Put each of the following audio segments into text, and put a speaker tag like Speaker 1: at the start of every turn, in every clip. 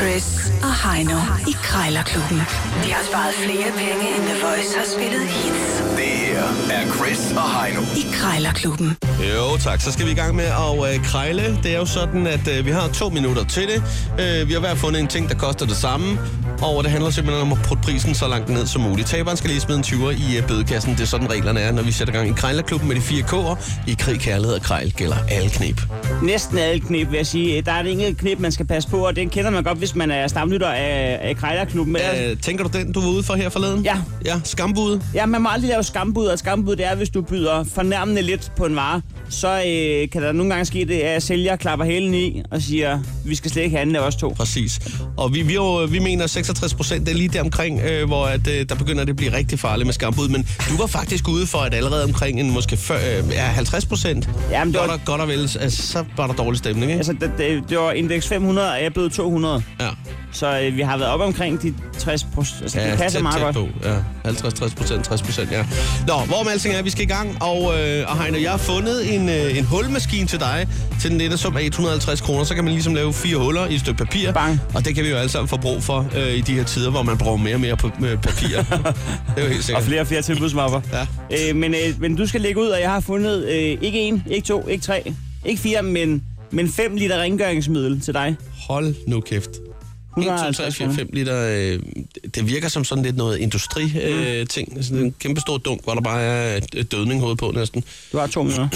Speaker 1: Chris og Heino i Krejlerklubben. De har sparet flere penge, end The Voice har spillet hits
Speaker 2: Det her er Chris og Heino.
Speaker 1: i Krejlerklubben.
Speaker 3: Jo tak, så skal vi i gang med at øh, krejle. Det er jo sådan, at øh, vi har to minutter til det. Øh, vi har hver fundet en ting, der koster det samme. Og det handler simpelthen om at putte prisen så langt ned som muligt. Taberen skal lige smide en 20'er i øh, bødekassen. Det er sådan reglerne er, når vi sætter gang i Krejlerklubben med de fire K'er. I krig, kærlighed og krejl gælder alle knep.
Speaker 4: Næsten alle knep, vil jeg sige. Der er et enkelt knep, man skal passe på, og den kender man godt, hvis man er stamlytter af, af Krejlerklubben. Øh.
Speaker 3: Øh, tænker du den, du var ude for her forleden?
Speaker 4: Ja.
Speaker 3: Ja, skambude.
Speaker 4: Ja, man må aldrig lave skambud, og skambud det er, hvis du byder fornærmende lidt på en vare, så øh, kan der nogle gange ske det, at sælger klapper hælen i og siger, vi skal slet ikke handle af os to.
Speaker 3: Præcis. Og vi, vi, er jo, vi mener 66 procent, det er lige der omkring, øh, hvor at, øh, der begynder det at blive rigtig farligt med skambud. Men du var faktisk ude for, at allerede omkring en måske før, øh, ja, 50 procent,
Speaker 4: Jamen, det var-
Speaker 3: godt, og, godt og vel, altså, så var der dårlig stemning, ikke?
Speaker 4: Altså, det, det, det var indeks 500, og jeg blev 200.
Speaker 3: Ja,
Speaker 4: Så øh, vi har været op omkring de 60 procent. Altså,
Speaker 3: ja
Speaker 4: det passer
Speaker 3: tæt,
Speaker 4: meget
Speaker 3: tæt
Speaker 4: godt.
Speaker 3: på. Ja, 50-60 procent, 60 procent, ja. Nå, hvor med alting er, vi skal i gang, og, øh, og Heino, jeg har fundet en, øh, en hulmaskine til dig til den nette sum af 150 kroner. Så kan man ligesom lave fire huller i et stykke papir,
Speaker 4: Bang.
Speaker 3: og det kan vi jo alle sammen få brug for øh, i de her tider, hvor man bruger mere og mere på, med papir. det er jo helt sikkert.
Speaker 4: Og flere og flere tilbudsmapper.
Speaker 3: Ja.
Speaker 4: Øh, men, øh, men du skal lægge ud, og jeg har fundet øh, ikke en, ikke to, ikke tre, ikke fire, men, men fem liter rengøringsmiddel til dig. altså-
Speaker 3: Hold nu kæft. 1, 2, 3, 4, 5 liter. Øh, det virker som sådan lidt noget industri-ting.
Speaker 4: Mm.
Speaker 3: Øh, ting. sådan en kæmpe stor dunk, hvor der bare er et- et dødning hoved på næsten.
Speaker 4: Du har to minutter.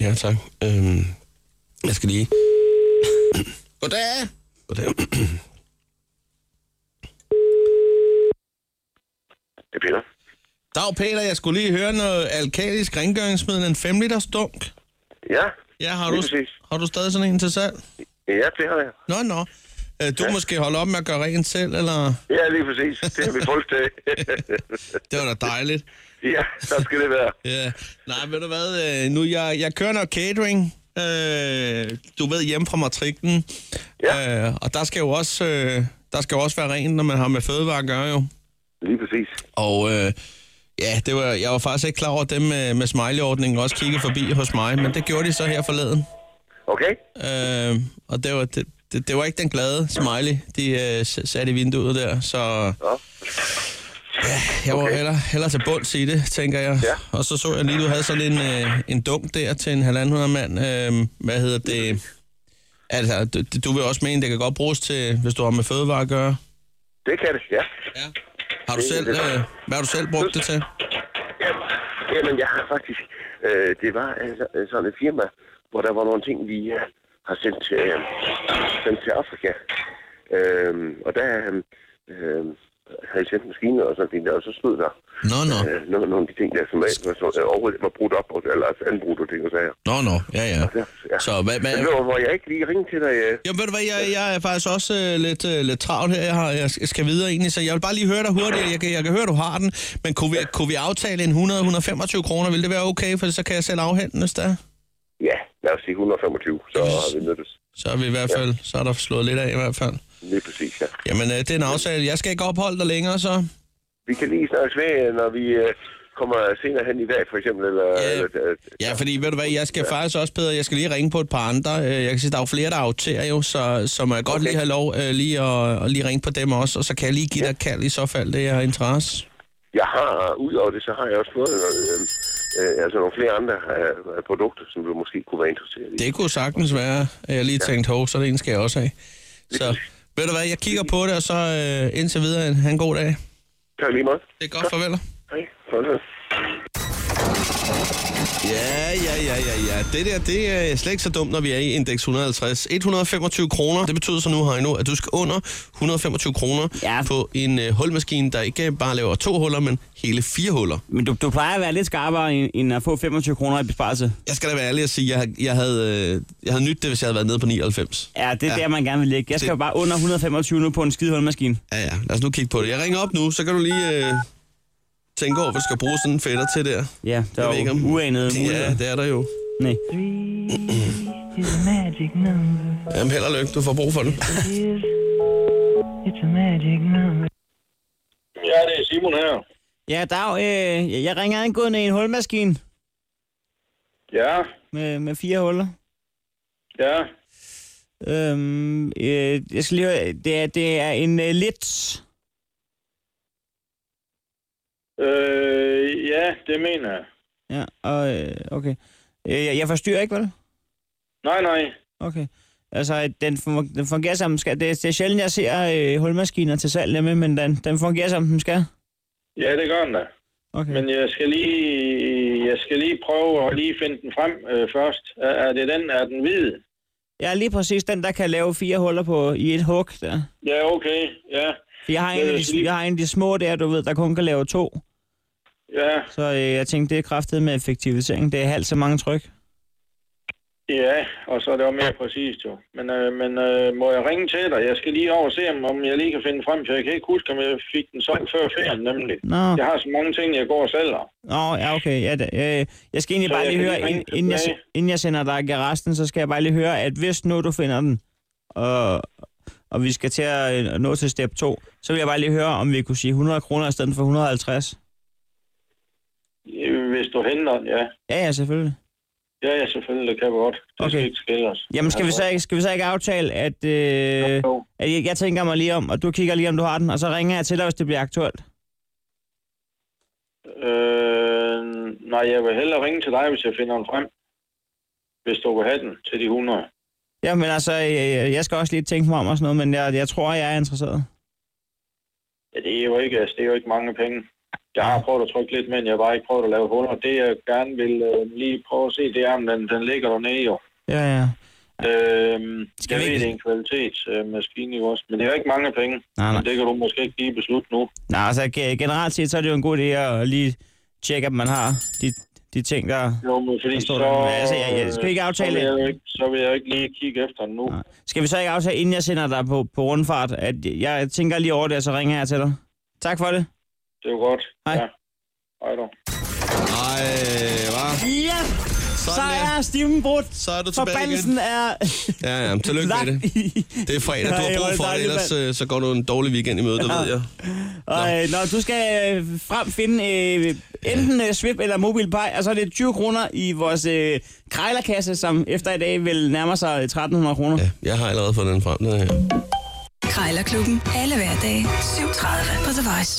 Speaker 3: Ja, tak. Øh, jeg skal lige... Goddag! Goddag.
Speaker 5: Det er Peter.
Speaker 3: Dag Peter, jeg skulle lige høre noget alkalisk rengøringsmiddel. En 5 liters dunk.
Speaker 5: Ja,
Speaker 3: Ja, har
Speaker 5: Lige
Speaker 3: du,
Speaker 5: præcis.
Speaker 3: har du stadig sådan en til salg?
Speaker 5: ja det har jeg.
Speaker 3: Nå, nå. Øh, Du ja. måske holde op med at gøre rent selv, eller...
Speaker 5: Ja, lige præcis. Det har vi fulgt til.
Speaker 3: Det var da dejligt.
Speaker 5: ja, der skal det være.
Speaker 3: Ja, nej, ved du hvad, øh, nu jeg, jeg kører noget catering, øh, du ved, hjemme fra matriklen,
Speaker 5: Ja.
Speaker 3: øh, og der skal jo også, øh, der skal jo også være rent, når man har med fødevarer at gøre jo.
Speaker 5: Lige præcis.
Speaker 3: Og øh, ja, det var, jeg var faktisk ikke klar over at dem med, med smiley-ordningen, også kigge forbi hos mig, men det gjorde de så her forleden.
Speaker 5: Okay?
Speaker 3: Øh, og det var, det, det, det var ikke den glade smiley, de øh, s- satte i vinduet der, så...
Speaker 5: Nå.
Speaker 3: Jeg var
Speaker 5: Okay.
Speaker 3: heller, heller til bunds i det, tænker jeg.
Speaker 5: Ja.
Speaker 3: Og så så jeg lige, du havde sådan en, øh, en dunk der til en halvanden mand. Øh, hvad hedder det? Altså, du, du vil også mene, det kan godt bruges til, hvis du har med fødevare at gøre.
Speaker 5: Det kan det, ja.
Speaker 3: Ja. Har du selv, øh, hvad har du selv brugt det til?
Speaker 5: Jamen, jamen jeg har faktisk... Øh, det var altså, øh, sådan et firma, hvor der var nogle ting, vi øh, har sendt, øh, sendt til Afrika. Øh, og der øh, øh, havde jeg sendt maskiner og sådan ting der, og så stod der
Speaker 3: Nå, nå.
Speaker 5: øh, nogle, nogle af de ting der, som var, som, øh, overhovedet var brudt op, og- eller altså, anbrudt og ting og sager.
Speaker 3: Nå, nå. Ja, ja.
Speaker 5: Ja, ja.
Speaker 3: Så hvad... hvad
Speaker 5: Men det var, hvor jeg ikke lige ringede til dig... Øh,
Speaker 3: Jamen ved du hvad, jeg, jeg er faktisk også øh, lidt, øh, lidt travlt her, jeg, har, jeg skal videre egentlig, så jeg vil bare lige høre dig hurtigt, jeg kan, jeg kan høre, du har den, men kunne vi, kunne vi aftale en 100-125 kroner, vil det være okay, for så kan jeg selv afhente den, hvis det er?
Speaker 5: Ja, lad os sige 125, så har vi mødtes.
Speaker 3: Så er vi i hvert fald, ja. så er der slået lidt af i hvert fald.
Speaker 5: Lige præcis, ja.
Speaker 3: Jamen, øh, det er en aftale. Jeg skal ikke opholde dig længere, så.
Speaker 5: Vi kan lige snakkes ved, når vi øh, kommer senere hen i dag, for eksempel. Eller,
Speaker 3: Ja.
Speaker 5: eller, øh,
Speaker 3: Ja, fordi ved du hvad, jeg skal ja. faktisk også, Peder, jeg skal lige ringe på et par andre. Øh, Jeg kan sige, der er jo flere, der aftager jo, så, så må jeg godt okay.
Speaker 5: Okay.
Speaker 3: lige have lov øh, lige at, at lige ringe på dem også, og så kan jeg lige give dig et kald i så fald, det er interesse.
Speaker 5: Jeg har, udover det, så har jeg også fået øh, øh, altså nogle flere andre øh, produkter, som du måske kunne være interesseret i.
Speaker 3: Det kunne sagtens være, at jeg lige tænkte, hov, så den skal jeg også have. Så ved du hvad, jeg kigger på det, og så øh, indtil videre, en, en god dag. Det
Speaker 5: Tak lige meget.
Speaker 3: er godt, farvel.
Speaker 5: Hej. Farvel.
Speaker 3: Ja, ja, ja, ja, ja. Det der, det er slet ikke så dumt, når vi er i indeks 150. 125 kroner. Det betyder så nu, Heino, at du skal under 125 kroner ja.
Speaker 4: Ja.
Speaker 3: på en øh, hulmaskine, der ikke bare laver to huller, men hele fire huller.
Speaker 4: Men du, du plejer at være lidt skarpere end, end at få 25 kroner i besparelse.
Speaker 3: Jeg skal da være ærlig og sige, at jeg, jeg, havde, øh, jeg havde nyt det, hvis jeg havde været nede på 99.
Speaker 4: Ja, det er
Speaker 3: Ja.
Speaker 4: ja. der, man gerne vil ligge. Jeg skal
Speaker 3: Det-
Speaker 4: det... bare under 125 nu på en skidehulmaskine.
Speaker 3: Ja, ja. Lad os nu kigge på det. Jeg ringer op nu, så kan du lige øh, tænke over, hvad du skal bruge sådan en fætter til der.
Speaker 4: Ja, der
Speaker 3: Jeg ved
Speaker 4: er jo
Speaker 3: ikke, om-
Speaker 4: uanede muligheder.
Speaker 3: Ja, det er der jo.
Speaker 4: Nej.
Speaker 6: It's a magic number.
Speaker 3: Jamen, held og lykke. Du får brug for den.
Speaker 6: It is. It's a magic number.
Speaker 7: Ja, det er Simon her.
Speaker 4: Ja, dag. Øh, jeg ringer angående en hulmaskine
Speaker 7: Ja,
Speaker 4: med, med fire huller.
Speaker 7: ja.
Speaker 4: Øhm, øh, jeg skal lige høre, det er, det er en øh, lidt...
Speaker 7: Øh, ja, det mener jeg.
Speaker 4: Ja, og, øh, okay. Øh, jeg, jeg forstyrrer ikke, vel?
Speaker 7: Nej, nej.
Speaker 4: Okay. Altså, den, fun- den fungerer som den skal. Det, det er sjældent, jeg ser øh, hulmaskiner til salg, nemlig, men den, den fungerer som den skal.
Speaker 7: Ja, det gør den da.
Speaker 4: Okay.
Speaker 7: Men jeg skal lige, jeg skal lige prøve at lige finde den frem øh, først. Er, er det den? Er den hvid?
Speaker 4: Ja, lige præcis den, der kan lave fire huller på i et hug. Der.
Speaker 7: Ja, okay. Ja,
Speaker 4: For Jeg har, en
Speaker 7: Ja,
Speaker 4: af
Speaker 7: jeg skal
Speaker 4: de,
Speaker 7: lige-
Speaker 4: jeg har en af de små der, du ved, der kun kan lave to.
Speaker 7: ja,
Speaker 4: Så øh, jeg tænkte, det er kraftet med effektivisering. Det er halvt så mange tryk.
Speaker 7: ja. Og så er det jo mere præcist jo. Men, øh, men øh, må jeg ringe til dig? Jeg skal lige over og se, om- om jeg lige kan finde den frem. For jeg kan ikke huske, om jeg fik den solgt før ferien, nemlig.
Speaker 4: Nå,
Speaker 7: Jeg har så mange ting, jeg går og sælger.
Speaker 4: Nå ja, okay. Ja, da, øh, jeg skal egentlig
Speaker 7: Så
Speaker 4: bare
Speaker 7: jeg
Speaker 4: lige
Speaker 7: kan
Speaker 4: høre,
Speaker 7: lige ringe
Speaker 4: ind- inden, jeg,
Speaker 7: tilbage.
Speaker 4: inden jeg sender dig garasten, så skal jeg bare lige høre, at hvis nu du finder den, og, og vi skal til at øh, nå til step 2, så vil jeg bare lige høre, om vi kunne sige 100 kroner i stedet for 150.
Speaker 7: Øh, Hvis du henter den, ja.
Speaker 4: Ja, ja, selvfølgelig.
Speaker 7: Ja, ja, selvfølgelig, det kan vi godt. Det
Speaker 4: Okay.
Speaker 7: skal ikke skille os.
Speaker 4: Jamen, skal vi så ikke, skal vi så ikke aftale, at, øh,
Speaker 7: Jo.
Speaker 4: at jeg, jeg tænker mig lige om, og du kigger lige om, du har den, og så ringer jeg til dig, hvis det bliver aktuelt.
Speaker 7: Øh, nej, jeg vil hellere ringe til dig, hvis jeg finder den frem. Hvis du vil have den til de 100.
Speaker 4: Ja, men altså, øh, jeg skal også lige tænke mig om og sådan noget, men jeg, jeg tror, jeg er interesseret.
Speaker 7: Ja, det er jo ikke, altså, det er jo ikke mange penge. Jeg har prøvet at trykke lidt, men jeg har bare ikke prøvet at lave huller. Det jeg gerne vil øh, lige prøve at se, det er, om den, den ligger dernede jo.
Speaker 4: Ja, ja.
Speaker 7: Øh,
Speaker 4: Skal
Speaker 7: jeg
Speaker 4: vi
Speaker 7: ved,
Speaker 4: ikke-
Speaker 7: det er en kvalitetsmaskine øh, jo også, men det er jo ikke mange penge.
Speaker 4: Nej, nej.
Speaker 7: Men det kan du måske ikke lige beslutte nu.
Speaker 4: Nå, altså ge- generelt set, så er det jo en god idé at lige tjekke, at man har de, de ting, der...
Speaker 7: Jo, men fordi
Speaker 4: Forstår
Speaker 7: så...
Speaker 4: du? Men altså, jeg- jeg- skal vi ikke aftale
Speaker 7: så vil,
Speaker 4: det?
Speaker 7: jeg jo ikke, så vil jeg jo ikke lige kigge efter den nu.
Speaker 4: Nej. Skal vi så ikke aftale, inden jeg sender dig på, på rundfart, at jeg tænker lige over det, og så ringer jeg til dig? Tak for det.
Speaker 7: Det er jo godt.
Speaker 4: Hej.
Speaker 7: Ja. Hej dog.
Speaker 3: Ej, hva'?
Speaker 4: Ja, så
Speaker 3: Sådan der.
Speaker 4: er stimen brudt.
Speaker 3: Så er du tilbage igen.
Speaker 4: Forbandelsen er
Speaker 3: Ja, ja, men tillykke med
Speaker 4: lagt
Speaker 3: det.
Speaker 4: i.
Speaker 3: Det er fredag, du har
Speaker 4: Ej, hvor er
Speaker 3: brug
Speaker 4: det
Speaker 3: for det,
Speaker 4: dejligt,
Speaker 3: ellers
Speaker 4: mand.
Speaker 3: øh, så går du en dårlig weekend i møde, det ved jeg.
Speaker 4: Og, øh, når du skal øh, frem finde øh, enten øh, Swip eller MobilePay, og så er det 20 kroner i vores øh, krejlerkasse, som efter i dag vil nærme sig 1300 kroner.
Speaker 3: Ja, jeg har allerede fået den frem, den her.
Speaker 1: Krejlerklubben. Alle hverdage. 7.30 på The Voice.